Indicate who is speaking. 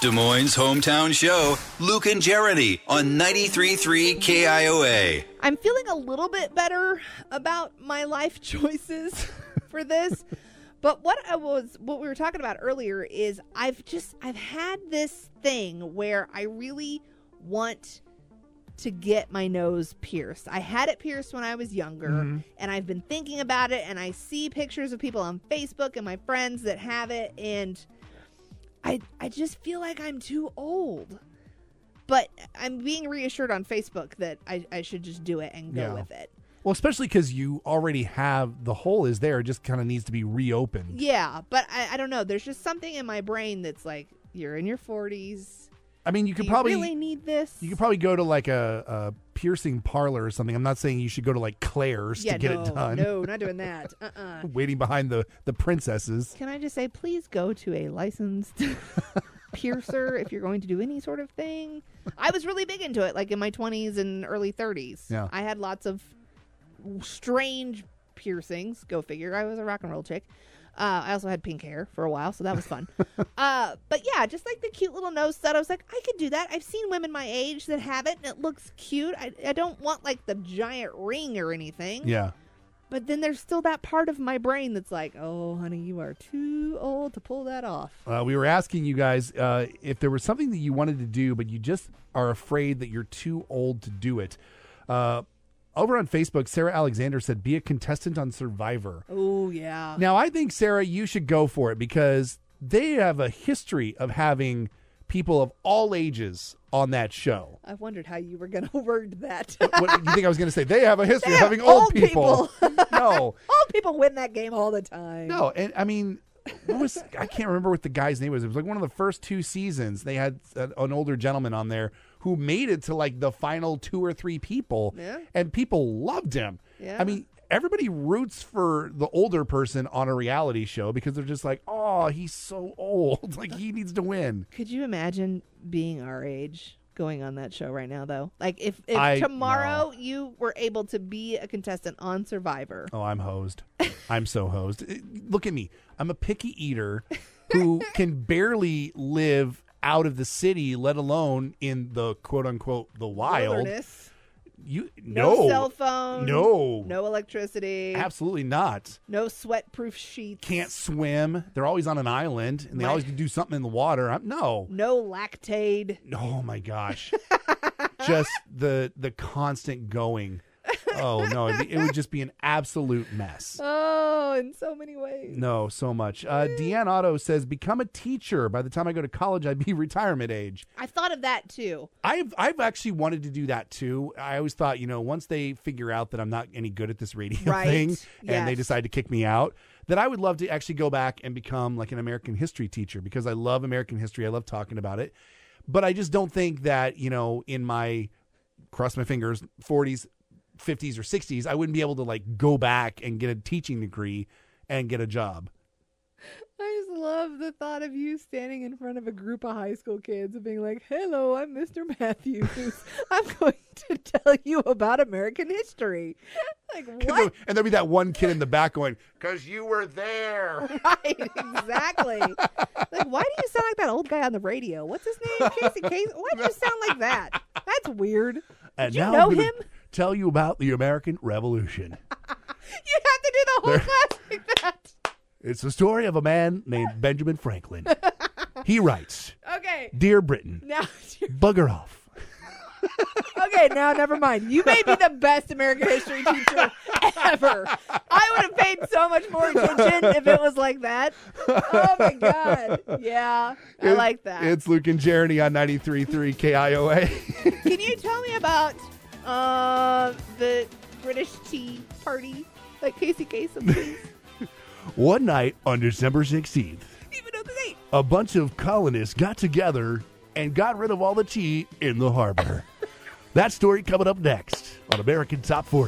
Speaker 1: Des Moines' hometown show, Luke and Jeremy on 93.3 KIOA.
Speaker 2: I'm feeling a little bit better about my life choices for this. but what I was what we were talking about earlier is I've just I've had this thing where I really want to get my nose pierced. I had it pierced when I was younger
Speaker 3: Mm-hmm.
Speaker 2: and I've been thinking about it and I see pictures of people on Facebook and my friends that have it and I I just feel like I'm too old. But I'm being reassured on Facebook that I, I should just do it and go
Speaker 3: Yeah.
Speaker 2: with it.
Speaker 3: Well, especially because you already have the hole is there. It just kind of needs to be reopened.
Speaker 2: Yeah, but I, I don't know. There's just something in my brain that's like, you're in your 40s.
Speaker 3: I mean, you
Speaker 2: Do
Speaker 3: could
Speaker 2: you
Speaker 3: probably
Speaker 2: really need this?
Speaker 3: you could probably go to like a, a piercing parlor or something. I'm not saying you should go to like Claire's
Speaker 2: yeah,
Speaker 3: to get
Speaker 2: no,
Speaker 3: it done.
Speaker 2: no, not doing that. Uh-uh.
Speaker 3: Waiting behind the the princesses.
Speaker 2: Can I just say, please go to a licensed piercer if you're going to do any sort of thing? I was really big into it, like in my 20s and early 30s.
Speaker 3: Yeah.
Speaker 2: I had lots of strange piercings. Go figure. I was a rock and roll chick. Uh, I also had pink hair for a while, so that was fun. uh, but yeah, just like the cute little nose stud, I was like, I could do that. I've seen women my age that have it, and it looks cute. I, I don't want like the giant ring or anything.
Speaker 3: Yeah.
Speaker 2: But then there's still that part of my brain that's like, oh, honey, you are too old to pull that off.
Speaker 3: Uh, we were asking you guys uh, if there was something that you wanted to do, but you just are afraid that you're too old to do it. Uh, over on Facebook, Sarah Alexander said, "Be a contestant on Survivor."
Speaker 2: Oh, yeah.
Speaker 3: Now, I think Sarah, you should go for it because they have a history of having people of all ages on that show.
Speaker 2: I wondered how you were going to word that.
Speaker 3: What you think I was going to say? They have a history of
Speaker 2: have
Speaker 3: having old,
Speaker 2: old
Speaker 3: people. no,
Speaker 2: old people win that game all the time.
Speaker 3: no, and I mean, what was I can't remember what the guy's name was. It was like one of the first two seasons. They had an, an older gentleman on there who made it to like the final two or three people,
Speaker 2: Yeah.
Speaker 3: and people loved him.
Speaker 2: Yeah.
Speaker 3: I mean. Everybody roots for the older person on a reality show because they're just like, oh, he's so old. Like, he needs to win.
Speaker 2: Could you imagine being our age going on that show right now, though? Like, if, if
Speaker 3: I-
Speaker 2: tomorrow you were able to be a contestant on Survivor,
Speaker 3: Oh, I'm hosed. I'm so hosed. Eh, Look at me. I'm a picky eater who can barely live out of the city, let alone in the quote unquote the wild.
Speaker 2: wilderness,
Speaker 3: You
Speaker 2: no,
Speaker 3: no,
Speaker 2: cell phone,
Speaker 3: No.
Speaker 2: no electricity,
Speaker 3: absolutely not.
Speaker 2: no sweat-proof sheets,
Speaker 3: Can't swim. They're always on an island, and they
Speaker 2: Right.
Speaker 3: always do something in the water. I'm, no,
Speaker 2: no lactaid.
Speaker 3: oh my gosh, just the the constant going. Oh no, it'd be- it would just be an absolute mess.
Speaker 2: Oh, in so many ways.
Speaker 3: No, so much. Uh, Deanne Otto says, "Become a teacher. By the time I go to college, I'd be retirement age."
Speaker 2: I thought of that too.
Speaker 3: I've I've actually wanted to do that too. I always thought, you know, once they figure out that I'm not any good at this radio
Speaker 2: Right.
Speaker 3: thing, and they
Speaker 2: Yes.
Speaker 3: decide to kick me out, that I would love to actually go back and become like an American history teacher because I love American history. I love talking about it, but I just don't think that you know, in my cross my fingers, 40s, 50s, or 60s, I wouldn't be able to like go back and get a teaching degree and get a job.
Speaker 2: I just love the thought of you standing in front of a group of high school kids and being like, "Hello, I'm Mr. Matthews. I'm going to tell you about American history." Like
Speaker 3: And there-
Speaker 2: what?
Speaker 3: And there'll be that one kid in the back going, "Cause you were there."
Speaker 2: right, exactly. like why do you sound like that old guy on the radio? What's his name? Casey Casey. Why do you sound like that? That's weird.
Speaker 3: And
Speaker 2: you
Speaker 3: now
Speaker 2: know
Speaker 3: I'm gonna
Speaker 2: him?
Speaker 3: tell you about the American Revolution.
Speaker 2: You have to do the whole class like that.
Speaker 3: It's the story of a man named Benjamin Franklin. He writes,
Speaker 2: Okay.
Speaker 3: "Dear Britain,
Speaker 2: Now,
Speaker 3: bugger off."
Speaker 2: okay, now never mind. You may be the best American history teacher ever. I would have paid so much more attention if it was like that. Oh my god. Yeah. I
Speaker 3: It-
Speaker 2: like that.
Speaker 3: It's Luke and Jeremy on 93.3 KIOA.
Speaker 2: Can you tell me about uh, the British Tea Party? Like Casey Kasem, please.
Speaker 3: One night on December 16th,
Speaker 2: Even though the date.
Speaker 3: a bunch of colonists got together and got rid of all the tea in the harbor. that story coming up next on American Top 40.